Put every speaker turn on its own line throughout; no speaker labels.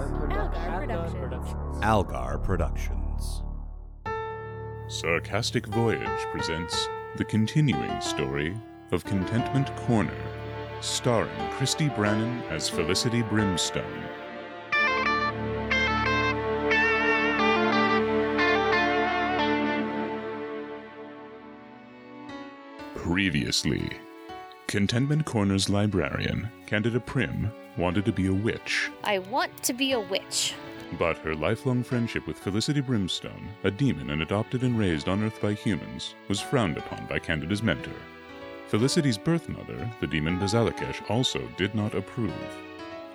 Algar Productions.
Algar Productions.
Sarcastic Voyage presents the continuing story of Contentment Corner, starring Christy Brannon as Felicity Brimstone. Previously, Contentment Corner's librarian, Candida Prim, wanted to be a witch.
I want to be a witch.
But her lifelong friendship with Felicity Brimstone, a demon and adopted and raised on Earth by humans, was frowned upon by Candida's mentor. Felicity's birth mother, the demon Bazalikesh, also did not approve.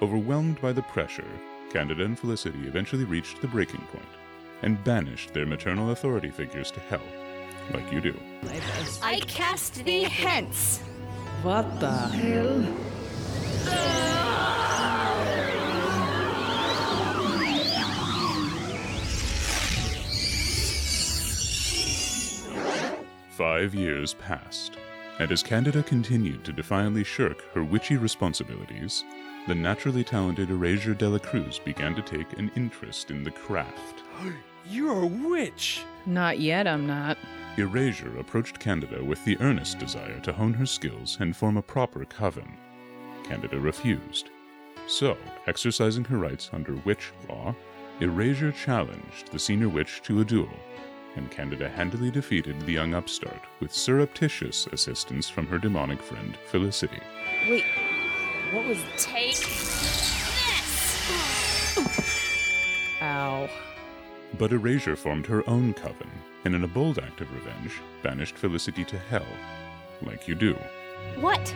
Overwhelmed by the pressure, Candida and Felicity eventually reached the breaking point and banished their maternal authority figures to hell, like you do.
I cast thee hence.
What the hell?
Five years passed, and as Candida continued to defiantly shirk her witchy responsibilities, the naturally talented Erasure Dela Cruz began to take an interest in the craft.
You're a witch!
Not yet, I'm not.
Erasure approached Candida with the earnest desire to hone her skills and form a proper coven. Candida refused. So, exercising her rights under witch law, Erasure challenged the senior witch to a duel, and Candida handily defeated the young upstart with surreptitious assistance from her demonic friend Felicity.
Wait, what was take this?
Ow.
But Erasure formed her own coven, and in a bold act of revenge, banished Felicity to hell, like you do.
What?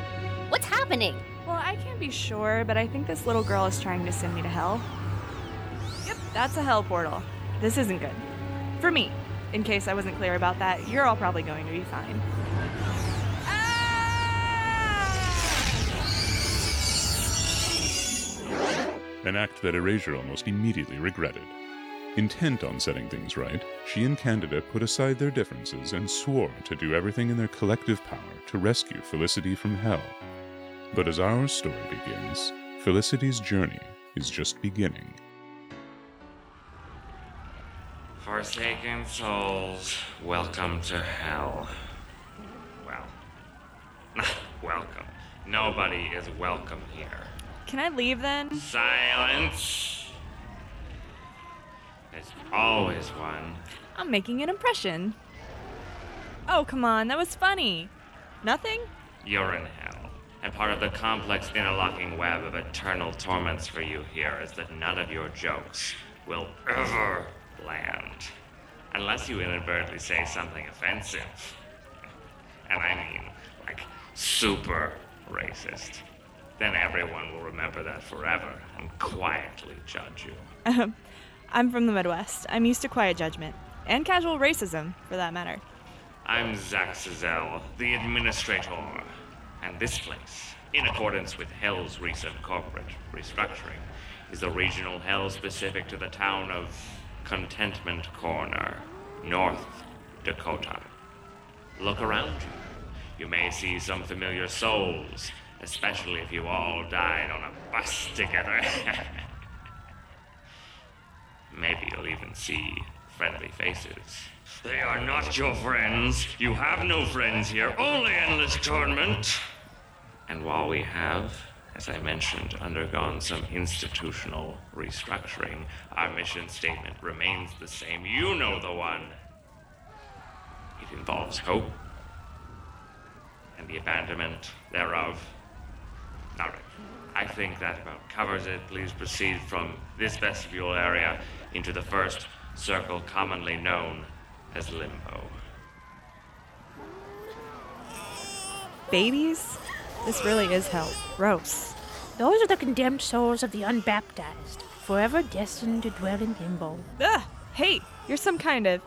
What's happening?
Well, I can't be sure, but I think this little girl is trying to send me to hell. Yep, that's a hell portal. This isn't good. For me, in case I wasn't clear about that, you're all probably going to be fine.
an act that Erasure almost immediately regretted. Intent on setting things right, she and Candida put aside their differences and swore to do everything in their collective power to rescue Felicity from hell. But as our story begins, Felicity's journey is just beginning.
Forsaken souls, welcome to hell. Well, not welcome. Nobody is welcome here.
Can I leave then?
Silence! There's always one.
I'm making an impression. Oh, come on, that was funny. Nothing?
You're in hell. And part of the complex interlocking web of eternal torments for you here is that none of your jokes will ever land. Unless you inadvertently say something offensive. And I mean, like, super racist. Then everyone will remember that forever and quietly judge you.
I'm from the Midwest. I'm used to quiet judgment. And casual racism, for that matter.
I'm Zach Cizelle, the administrator, and this place, in accordance with Hell's recent corporate restructuring, is a regional hell specific to the town of Contentment Corner, North Dakota. Look around you. You may see some familiar souls, especially if you all died on a bus together. Maybe you'll even see friendly faces. They are not your friends. You have no friends here, only endless torment. And while we have, as I mentioned, undergone some institutional restructuring, our mission statement remains the same. You know the one. It involves hope and the abandonment thereof. All right. I think that about covers it. Please proceed from this vestibule area into the first circle commonly known as Limbo.
Babies? This really is hell. Gross.
Those are the condemned souls of the unbaptized, forever destined to dwell in limbo.
Ugh! Hey, you're some kind of.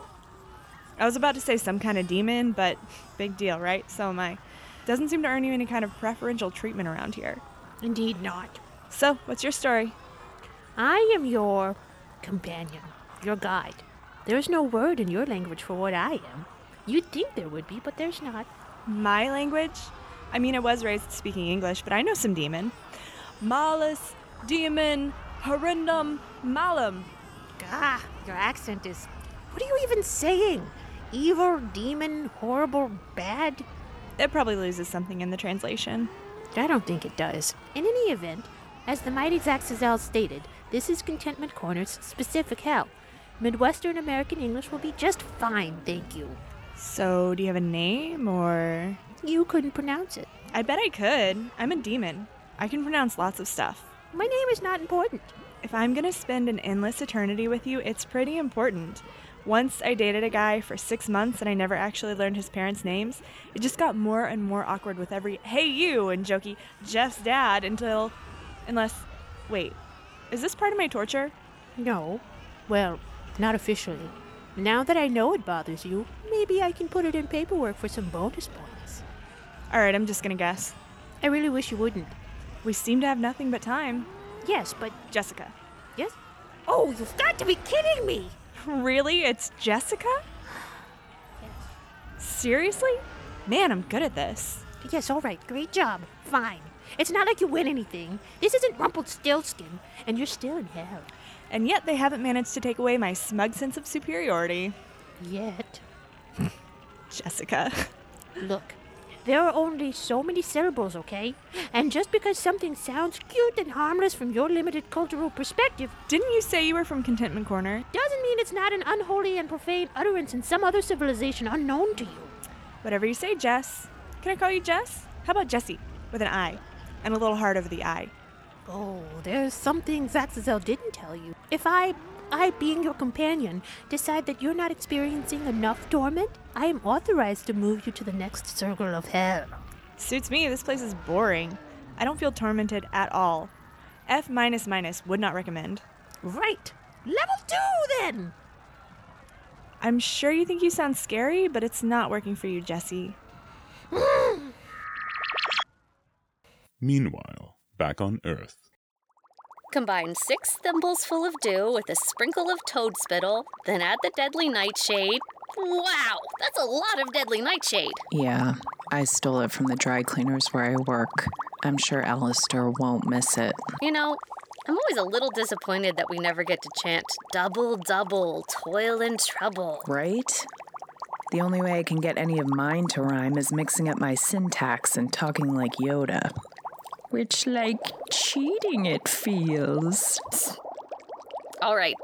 I was about to say some kind of demon, but big deal, right? So am I. Doesn't seem to earn you any kind of preferential treatment around here.
Indeed not.
So, what's your story?
I am your companion, your guide. There is no word in your language for what I am. You'd think there would be, but there's not.
My language? I mean, I was raised speaking English, but I know some demon. Malus, demon, horrendum malum.
Gah, your accent is. What are you even saying? Evil, demon, horrible, bad?
It probably loses something in the translation.
I don't think it does. In any event, as the mighty Zaxazel stated, this is Contentment Corner's specific help. Midwestern American English will be just fine, thank you.
So, do you have a name or.
You couldn't pronounce it.
I bet I could. I'm a demon. I can pronounce lots of stuff.
My name is not important.
If I'm gonna spend an endless eternity with you, it's pretty important. Once I dated a guy for six months and I never actually learned his parents' names. It just got more and more awkward with every hey you and jokey Jeff's dad until. Unless. Wait. Is this part of my torture?
No. Well, not officially. Now that I know it bothers you, maybe I can put it in paperwork for some bonus points.
Alright, I'm just gonna guess.
I really wish you wouldn't.
We seem to have nothing but time.
Yes, but
Jessica.
yes. Oh, you've got to be kidding me!
Really? It's Jessica? Seriously? Man, I'm good at this.
Yes, all right, great job. Fine. It's not like you win anything. This isn't Rumpelstiltskin, and you're still in hell.
And yet they haven't managed to take away my smug sense of superiority.
Yet.
Jessica.
Look, there are only so many syllables, okay? And just because something sounds cute and harmless from your limited cultural perspective
Didn't you say you were from Contentment Corner?
doesn't mean it's not an unholy and profane utterance in some other civilization unknown to you.
Whatever you say, Jess. Can I call you Jess? How about Jessie? With an I. And a little heart over the I.
Oh, there's something Zaxazel didn't tell you. If I, I being your companion, decide that you're not experiencing enough torment, I am authorized to move you to the next circle of hell.
Suits me, this place is boring. I don't feel tormented at all. F minus minus would not recommend.
Right. Level two, then.
I'm sure you think you sound scary, but it's not working for you, Jesse.
Meanwhile, back on Earth,
Combine six thimbles full of dew with a sprinkle of toad spittle, then add the deadly nightshade. Wow, that's a lot of deadly nightshade.
Yeah, I stole it from the dry cleaners where I work. I'm sure Alistair won't miss it.
You know, I'm always a little disappointed that we never get to chant double, double, toil and trouble.
Right? The only way I can get any of mine to rhyme is mixing up my syntax and talking like Yoda. Which, like, cheating it feels.
All right,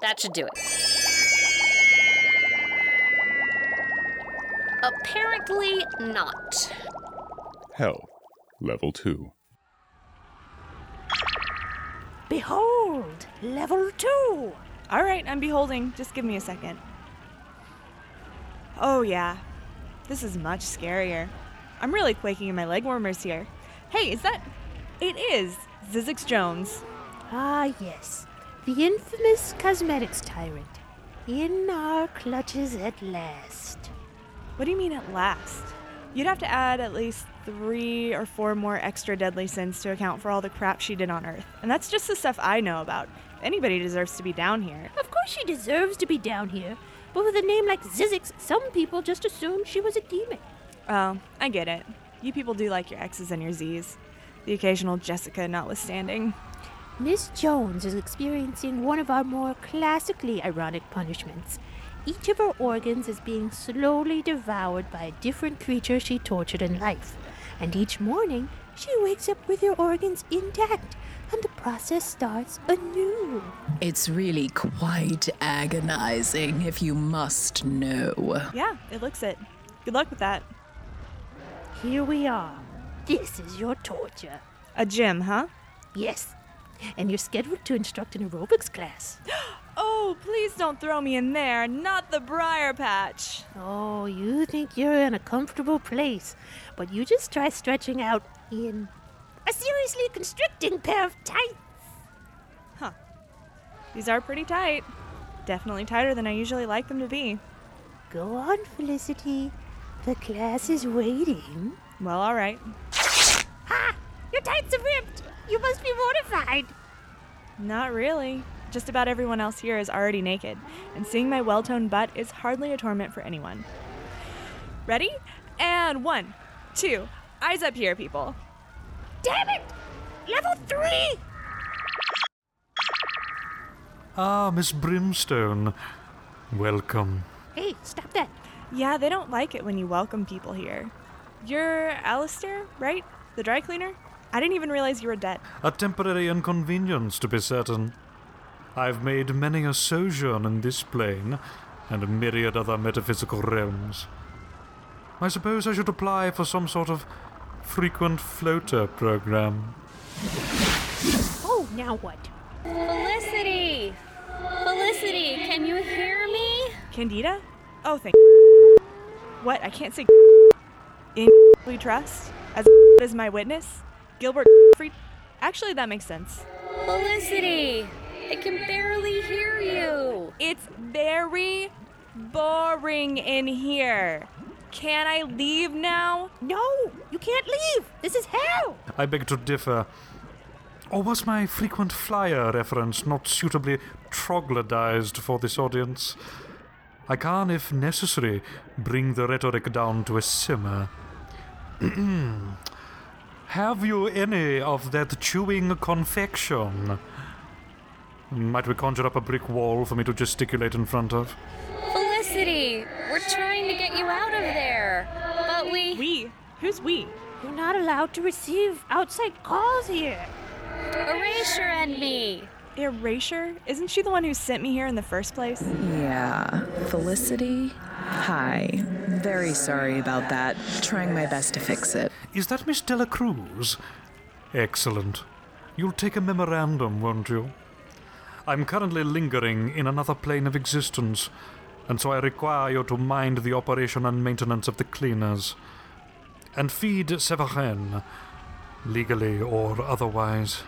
that should do it. Apparently not.
Health, Level 2.
Behold, level two.
All right, I'm beholding. Just give me a second. Oh, yeah. This is much scarier. I'm really quaking in my leg warmers here. Hey, is that. It is Zizix Jones.
Ah, yes, the infamous cosmetics tyrant, in our clutches at last.
What do you mean at last? You'd have to add at least three or four more extra deadly sins to account for all the crap she did on Earth. And that's just the stuff I know about. Anybody deserves to be down here.
Of course, she deserves to be down here, but with a name like Zizix, some people just assume she was a demon.
Oh, I get it. You people do like your X's and your Z's. The occasional Jessica notwithstanding.
Miss Jones is experiencing one of our more classically ironic punishments. Each of her organs is being slowly devoured by a different creature she tortured in life, and each morning she wakes up with her organs intact, and the process starts anew.
It's really quite agonizing if you must know.
Yeah, it looks it. Good luck with that.
Here we are. This is your torture.
A gym, huh?
Yes. And you're scheduled to instruct an aerobics class.
Oh, please don't throw me in there. Not the briar patch.
Oh, you think you're in a comfortable place, but you just try stretching out in a seriously constricting pair of tight.
These are pretty tight. Definitely tighter than I usually like them to be.
Go on, Felicity. The class is waiting.
Well, all right.
Ha! Your tights are ripped! You must be mortified!
Not really. Just about everyone else here is already naked, and seeing my well toned butt is hardly a torment for anyone. Ready? And one, two, eyes up here, people.
Damn it! Level three!
Ah, Miss Brimstone. Welcome.
Hey, stop that.
Yeah, they don't like it when you welcome people here. You're Alistair, right? The dry cleaner? I didn't even realize you were dead.
A temporary inconvenience, to be certain. I've made many a sojourn in this plane and a myriad other metaphysical realms. I suppose I should apply for some sort of frequent floater program.
Oh, now what?
Felicity! Felicity, can you hear me?
Candida? Oh, thank. What? I can't say. In we trust as is my witness. Gilbert free. Actually, that makes sense.
Felicity! I can barely hear you.
It's very boring in here. Can I leave now?
No, you can't leave. This is hell.
I beg to differ. Or was my frequent flyer reference not suitably troglodyzed for this audience? I can, if necessary, bring the rhetoric down to a simmer. Have you any of that chewing confection? Might we conjure up a brick wall for me to gesticulate in front of?
Felicity, we're trying to get you out of there. But we.
We? Who's we?
You're not allowed to receive outside calls here.
Erasure and me.
Erasure? Isn't she the one who sent me here in the first place?
Yeah. Felicity? Hi. Very sorry about that. Trying my best to fix it.
Is that Miss Dela Cruz? Excellent. You'll take a memorandum, won't you? I'm currently lingering in another plane of existence, and so I require you to mind the operation and maintenance of the cleaners. And feed Severin, legally or otherwise.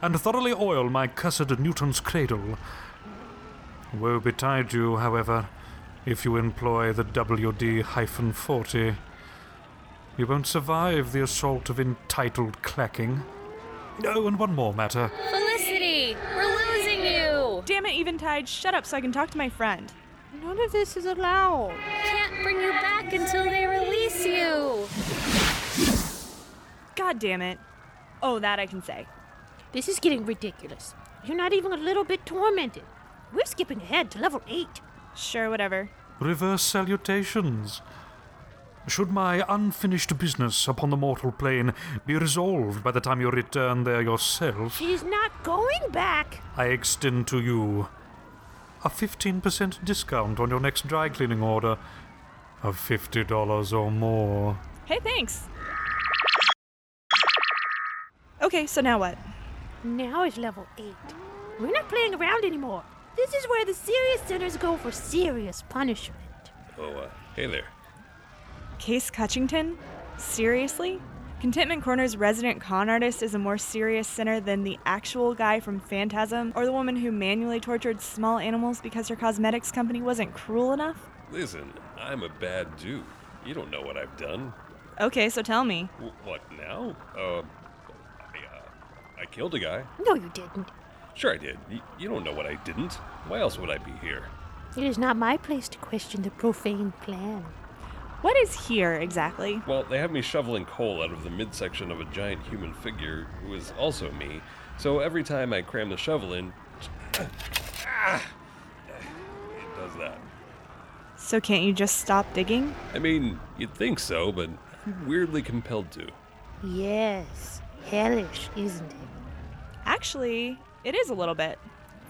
And thoroughly oil my cursed Newton's cradle. Woe betide you, however, if you employ the WD 40. You won't survive the assault of entitled clacking. Oh, and one more matter.
Felicity, we're losing you.
Damn it, Eventide, shut up so I can talk to my friend.
None of this is allowed.
Can't bring you back until they release you.
God damn it. Oh, that I can say.
This is getting ridiculous. You're not even a little bit tormented. We're skipping ahead to level 8.
Sure, whatever.
Reverse salutations. Should my unfinished business upon the mortal plane be resolved by the time you return there yourself,
She's not going back.
I extend to you a 15% discount on your next dry cleaning order of $50 or more.
Hey, thanks. Okay, so now what?
Now is level 8. We're not playing around anymore. This is where the serious sinners go for serious punishment.
Oh, uh, hey there.
Case Cutchington? Seriously? Contentment Corner's resident con artist is a more serious sinner than the actual guy from Phantasm or the woman who manually tortured small animals because her cosmetics company wasn't cruel enough?
Listen, I'm a bad dude. You don't know what I've done.
Okay, so tell me.
W- what now? Uh, I, uh, I killed a guy.
No, you didn't.
Sure, I did. Y- you don't know what I didn't. Why else would I be here?
It is not my place to question the profane plan.
What is here exactly?
Well, they have me shoveling coal out of the midsection of a giant human figure who is also me, so every time I cram the shovel in, Ah! it does that.
So can't you just stop digging?
I mean, you'd think so, but I'm weirdly compelled to.
Yes, hellish, isn't it?
Actually, it is a little bit.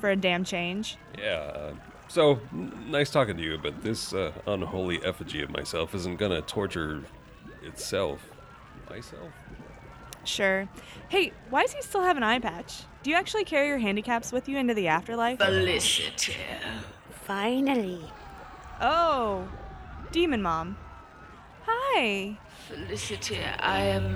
For a damn change.
Yeah. uh, So, n- nice talking to you, but this uh, unholy effigy of myself isn't gonna torture itself. Myself?
Sure. Hey, why does he still have an eye patch? Do you actually carry your handicaps with you into the afterlife?
Felicity.
Finally.
Oh, Demon Mom. Hi.
Felicity, I am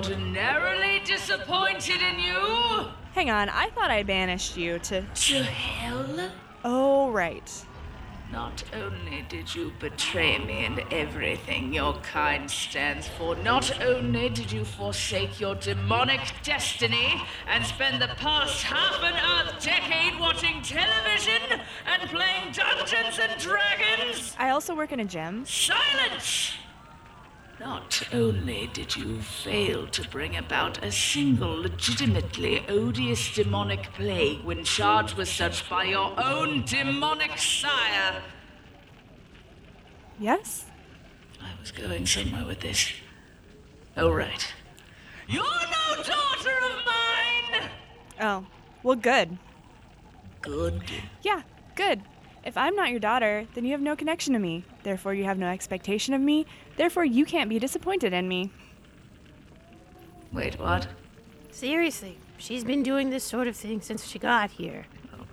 extraordinarily disappointed in you.
Hang on, I thought I banished you to.
To hell?
Oh, right.
Not only did you betray me in everything your kind stands for, not only did you forsake your demonic destiny and spend the past half an earth decade watching television and playing Dungeons and Dragons,
I also work in a gym.
Silence! Not only did you fail to bring about a single legitimately odious demonic plague when charged with such by your own demonic sire.
Yes?
I was going somewhere with this. Oh, right. You're no daughter of mine!
Oh, well, good.
Good.
Yeah, good. If I'm not your daughter, then you have no connection to me. Therefore, you have no expectation of me. Therefore, you can't be disappointed in me.
Wait, what?
Seriously, she's been doing this sort of thing since she got here.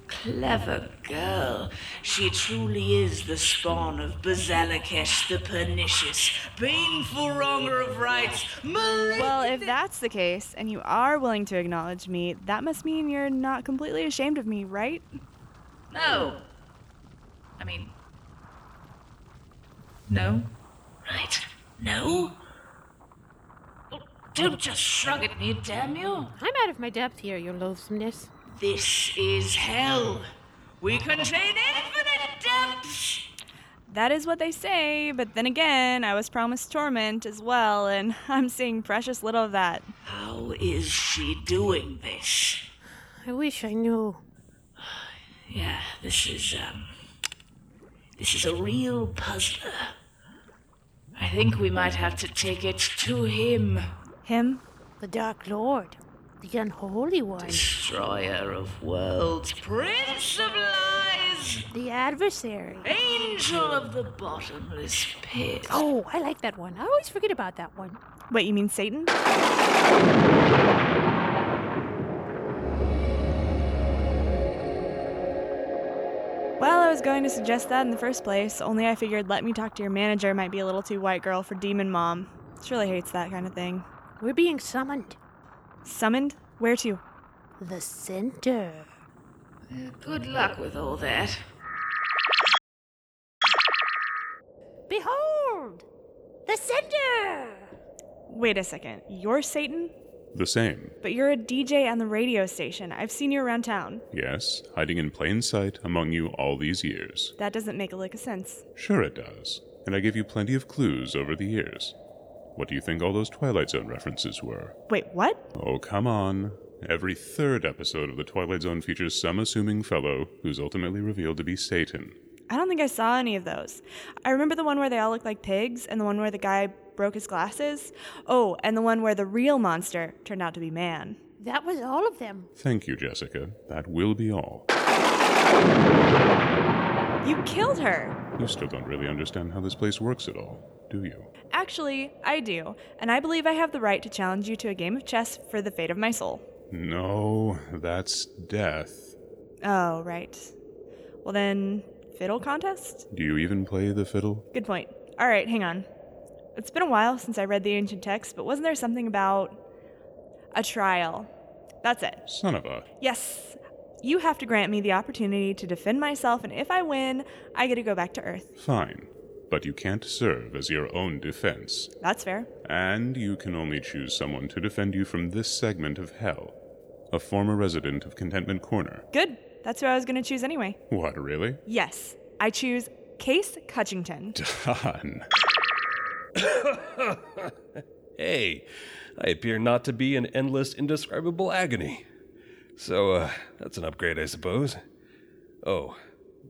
Clever girl. She truly is the spawn of Bazalakesh the Pernicious, baneful wronger of rights, malignant.
Well, if that's the case, and you are willing to acknowledge me, that must mean you're not completely ashamed of me, right?
No. I mean, no. Right. No? Don't just shrug at me, damn you.
I'm out of my depth here, your loathsomeness.
This is hell. We contain infinite depths.
That is what they say, but then again, I was promised torment as well, and I'm seeing precious little of that.
How is she doing this?
I wish I knew.
Yeah, this is, um. This is a real puzzler. I think we might have to take it to him.
Him?
The Dark Lord. The Unholy One.
Destroyer of worlds, Prince of Lies,
The Adversary.
Angel of the Bottomless Pit.
Oh, I like that one. I always forget about that one.
Wait, you mean Satan? Well, I was going to suggest that in the first place, only I figured let me talk to your manager might be a little too white girl for Demon Mom. She really hates that kind of thing.
We're being summoned.
Summoned? Where to?
The center.
Good luck with all that.
Behold! The center!
Wait a second. You're Satan?
The same.
But you're a DJ on the radio station. I've seen you around town.
Yes, hiding in plain sight among you all these years.
That doesn't make a lick of sense.
Sure it does. And I gave you plenty of clues over the years. What do you think all those Twilight Zone references were?
Wait, what?
Oh, come on. Every third episode of The Twilight Zone features some assuming fellow who's ultimately revealed to be Satan.
I don't think I saw any of those. I remember the one where they all looked like pigs, and the one where the guy broke his glasses. Oh, and the one where the real monster turned out to be man.
That was all of them.
Thank you, Jessica. That will be all.
You killed her!
You still don't really understand how this place works at all, do you?
Actually, I do, and I believe I have the right to challenge you to a game of chess for the fate of my soul.
No, that's death.
Oh, right. Well, then, fiddle contest?
Do you even play the fiddle?
Good point. All right, hang on. It's been a while since I read the ancient text, but wasn't there something about a trial? That's it.
Son of a.
Yes. You have to grant me the opportunity to defend myself, and if I win, I get to go back to Earth.
Fine. But you can't serve as your own defense.
That's fair.
And you can only choose someone to defend you from this segment of hell. A former resident of Contentment Corner.
Good. That's who I was going to choose anyway.
What, really?
Yes. I choose Case Cutchington.
Done.
hey, I appear not to be in endless, indescribable agony. So, uh, that's an upgrade, I suppose. Oh,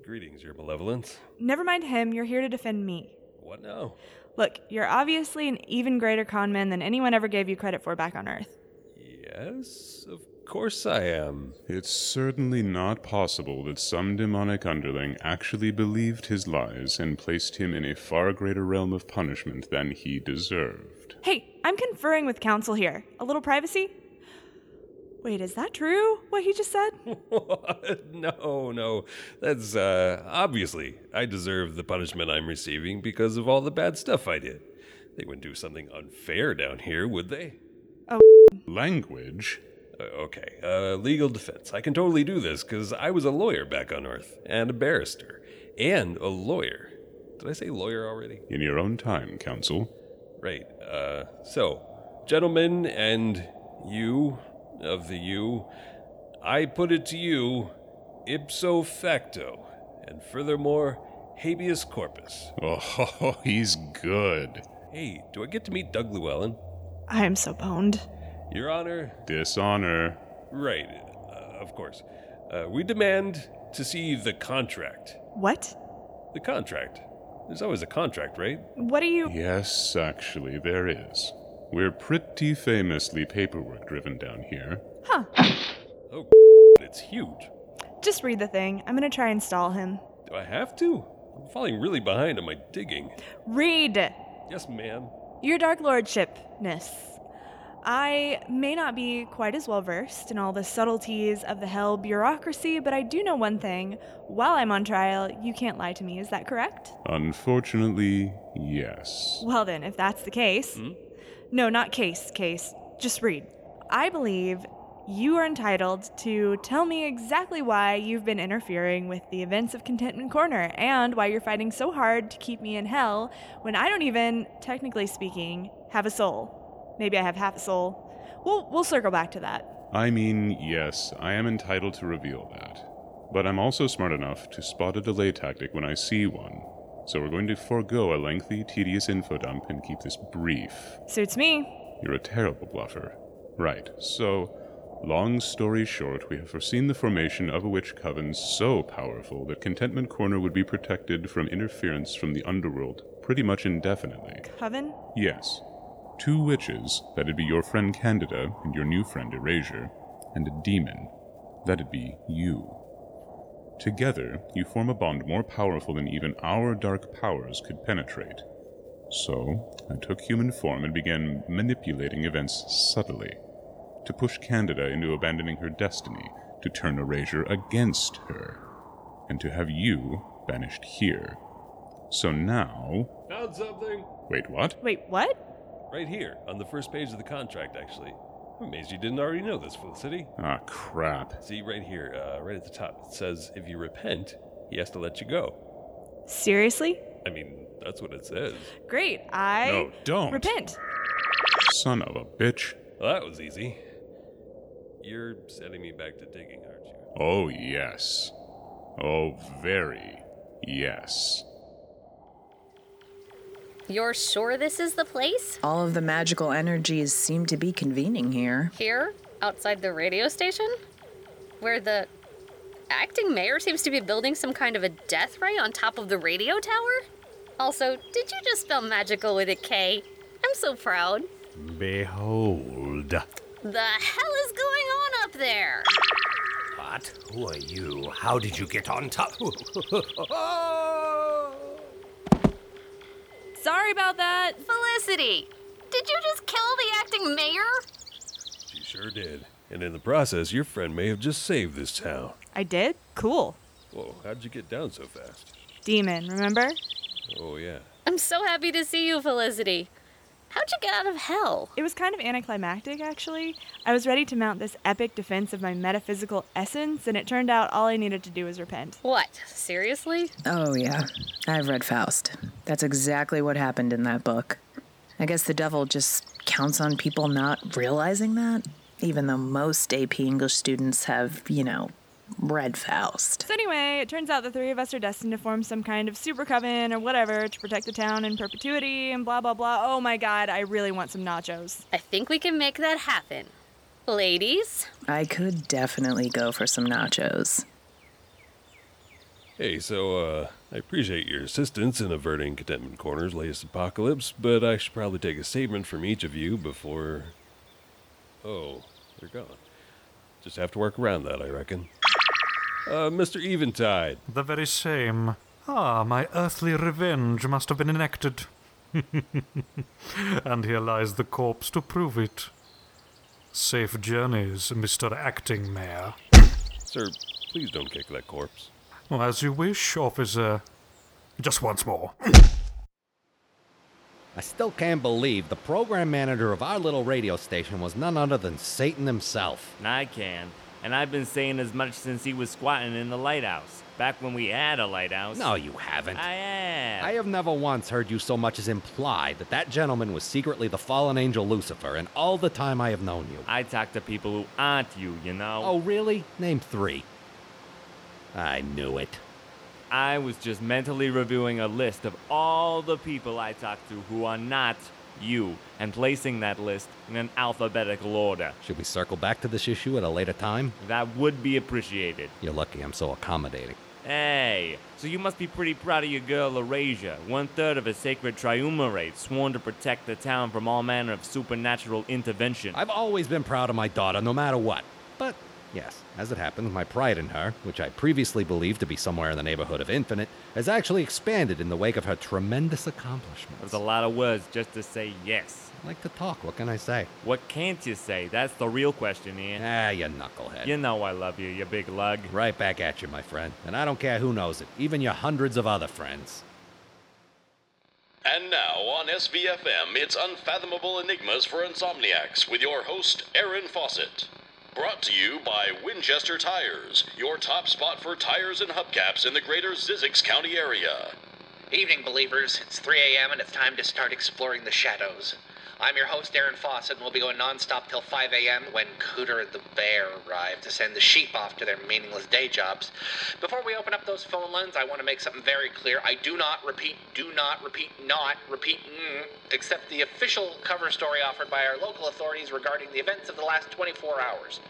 greetings, Your Malevolence.
Never mind him, you're here to defend me.
What now?
Look, you're obviously an even greater con man than anyone ever gave you credit for back on Earth.
Yes, of course I am.
It's certainly not possible that some demonic underling actually believed his lies and placed him in a far greater realm of punishment than he deserved.
Hey, I'm conferring with counsel here. A little privacy? Wait, is that true? What he just said?
no, no. That's, uh, obviously, I deserve the punishment I'm receiving because of all the bad stuff I did. They wouldn't do something unfair down here, would they?
Oh.
Language?
Uh, okay, uh, legal defense. I can totally do this because I was a lawyer back on Earth, and a barrister, and a lawyer. Did I say lawyer already?
In your own time, counsel.
Right, uh, so, gentlemen and you of the you, I put it to you ipso facto, and furthermore, habeas corpus.
Oh, he's good.
Hey, do I get to meet Doug Llewellyn?
I am so boned.
Your Honor.
Dishonor.
Right, uh, of course. Uh, we demand to see the contract.
What?
The contract. There's always a contract, right?
What are you.
Yes, actually, there is. We're pretty famously paperwork driven down here.
Huh.
Oh, it's huge.
Just read the thing. I'm gonna try and stall him.
Do I have to? I'm falling really behind on my digging.
Read!
Yes, ma'am.
Your Dark Lordshipness. I may not be quite as well versed in all the subtleties of the hell bureaucracy, but I do know one thing. While I'm on trial, you can't lie to me, is that correct?
Unfortunately, yes.
Well, then, if that's the case.
Hmm?
No, not case, case. Just read. I believe you are entitled to tell me exactly why you've been interfering with the events of Contentment Corner and why you're fighting so hard to keep me in hell when I don't even, technically speaking, have a soul. Maybe I have half a soul. We'll, we'll circle back to that.
I mean, yes, I am entitled to reveal that. But I'm also smart enough to spot a delay tactic when I see one. So we're going to forego a lengthy, tedious info dump and keep this brief.
Suits me.
You're a terrible bluffer. Right, so, long story short, we have foreseen the formation of a witch coven so powerful that Contentment Corner would be protected from interference from the underworld pretty much indefinitely.
Coven?
Yes. Two witches, that'd be your friend Candida and your new friend Erasure, and a demon, that'd be you. Together, you form a bond more powerful than even our dark powers could penetrate. So, I took human form and began manipulating events subtly to push Candida into abandoning her destiny, to turn Erasure against her, and to have you banished here. So now.
Found something.
Wait, what?
Wait, what?
Right here, on the first page of the contract, actually. I'm amazed you didn't already know this, Felicity.
Ah, crap.
See, right here, uh, right at the top, it says if you repent, he has to let you go.
Seriously?
I mean, that's what it says.
Great. I.
No, don't.
Repent.
Son of a bitch.
Well, that was easy. You're sending me back to digging, aren't you?
Oh, yes. Oh, very yes.
You're sure this is the place?
All of the magical energies seem to be convening here.
Here? Outside the radio station? Where the acting mayor seems to be building some kind of a death ray on top of the radio tower? Also, did you just spell magical with a K? I'm so proud.
Behold.
The hell is going on up there?
What? Who are you? How did you get on top?
Oh. Sorry about that.
Felicity, did you just kill the acting mayor?
You sure did. And in the process, your friend may have just saved this town.
I did? Cool.
Whoa, how'd you get down so fast?
Demon, remember?
Oh, yeah.
I'm so happy to see you, Felicity. How'd you get out of hell?
It was kind of anticlimactic, actually. I was ready to mount this epic defense of my metaphysical essence, and it turned out all I needed to do was repent.
What? Seriously?
Oh, yeah. I've read Faust. That's exactly what happened in that book. I guess the devil just counts on people not realizing that, even though most AP English students have, you know, read Faust.
So, anyway, it turns out the three of us are destined to form some kind of super coven or whatever to protect the town in perpetuity and blah, blah, blah. Oh my god, I really want some nachos.
I think we can make that happen. Ladies?
I could definitely go for some nachos.
Hey, so, uh, I appreciate your assistance in averting Contentment Corner's latest apocalypse, but I should probably take a statement from each of you before. Oh, they're gone. Just have to work around that, I reckon. Uh, Mr. Eventide.
The very same. Ah, my earthly revenge must have been enacted. and here lies the corpse to prove it. Safe journeys, Mr. Acting Mayor.
Sir, please don't kick that corpse.
Well, as you wish, officer. Just once more.
I still can't believe the program manager of our little radio station was none other than Satan himself.
I can. And I've been saying as much since he was squatting in the lighthouse. Back when we had a lighthouse.
No, you haven't.
I have.
I have never once heard you so much as imply that that gentleman was secretly the fallen angel Lucifer in all the time I have known you.
I talk to people who aren't you, you know.
Oh, really? Name three. I knew it.
I was just mentally reviewing a list of all the people I talked to who are not you and placing that list in an alphabetical order.
Should we circle back to this issue at a later time?
That would be appreciated.
You're lucky I'm so accommodating.
Hey, so you must be pretty proud of your girl Erasia, one third of a sacred triumvirate sworn to protect the town from all manner of supernatural intervention.
I've always been proud of my daughter, no matter what. But yes, as it happens, my pride in her, which I previously believed to be somewhere in the neighborhood of infinite, has actually expanded in the wake of her tremendous accomplishment.
There's a lot of words just to say yes.
I like to talk, what can I say?
What can't you say? That's the real question, Ian.
Ah, you knucklehead.
You know I love you, you big lug.
Right back at you, my friend. And I don't care who knows it, even your hundreds of other friends.
And now on SVFM, it's Unfathomable Enigmas for Insomniacs with your host, Aaron Fawcett. Brought to you by Winchester Tires, your top spot for tires and hubcaps in the greater Zizix County area.
Evening, believers. It's 3 a.m., and it's time to start exploring the shadows. I'm your host, Aaron Foss, and we'll be going nonstop till 5 a.m. when Cooter the Bear arrives to send the sheep off to their meaningless day jobs. Before we open up those phone lines, I want to make something very clear. I do not repeat, do not repeat, not repeat, mm, except the official cover story offered by our local authorities regarding the events of the last 24 hours.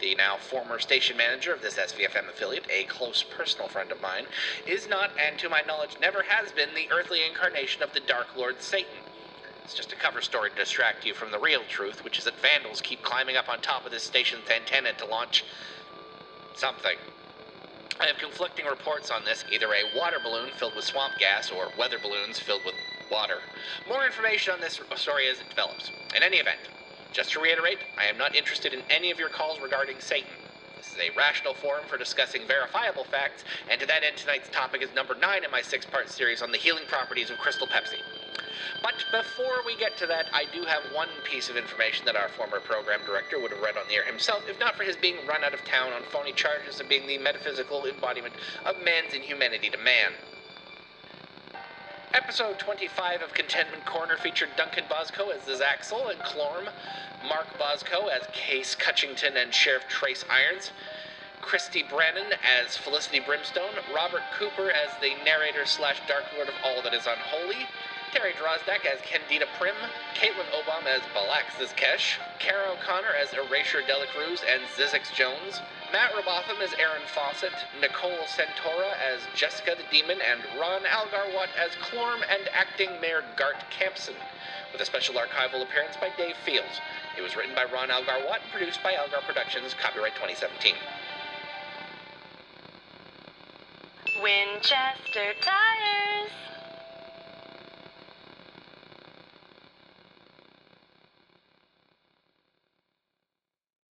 The now former station manager of this SVFM affiliate, a close personal friend of mine, is not, and to my knowledge never has been, the earthly incarnation of the Dark Lord Satan. It's just a cover story to distract you from the real truth, which is that vandals keep climbing up on top of this station's antenna to launch something. I have conflicting reports on this either a water balloon filled with swamp gas or weather balloons filled with water. More information on this story as it develops. In any event, just to reiterate, I am not interested in any of your calls regarding Satan. This is a rational forum for discussing verifiable facts, and to that end, tonight's topic is number nine in my six part series on the healing properties of Crystal Pepsi. But before we get to that, I do have one piece of information that our former program director would have read on the air himself, if not for his being run out of town on phony charges of being the metaphysical embodiment of man's inhumanity to man. Episode 25 of Contentment Corner featured Duncan Bosco as Zaxel and Clorm, Mark Bosco as Case Cutchington and Sheriff Trace Irons, Christy Brennan as Felicity Brimstone, Robert Cooper as the narrator slash Dark Lord of All That Is Unholy, Terry Drozdak as Candida Prim, Caitlin Obam as Balaxis Kesh, Kara O'Connor as Erasure Delacruz and Zizix Jones, Matt Robotham as Aaron Fawcett, Nicole Santora as Jessica the Demon, and Ron Algarwat as Clorm and acting Mayor Gart Campson, with a special archival appearance by Dave Fields. It was written by Ron Algarwat and produced by Algar Productions, copyright 2017.
Winchester Tires!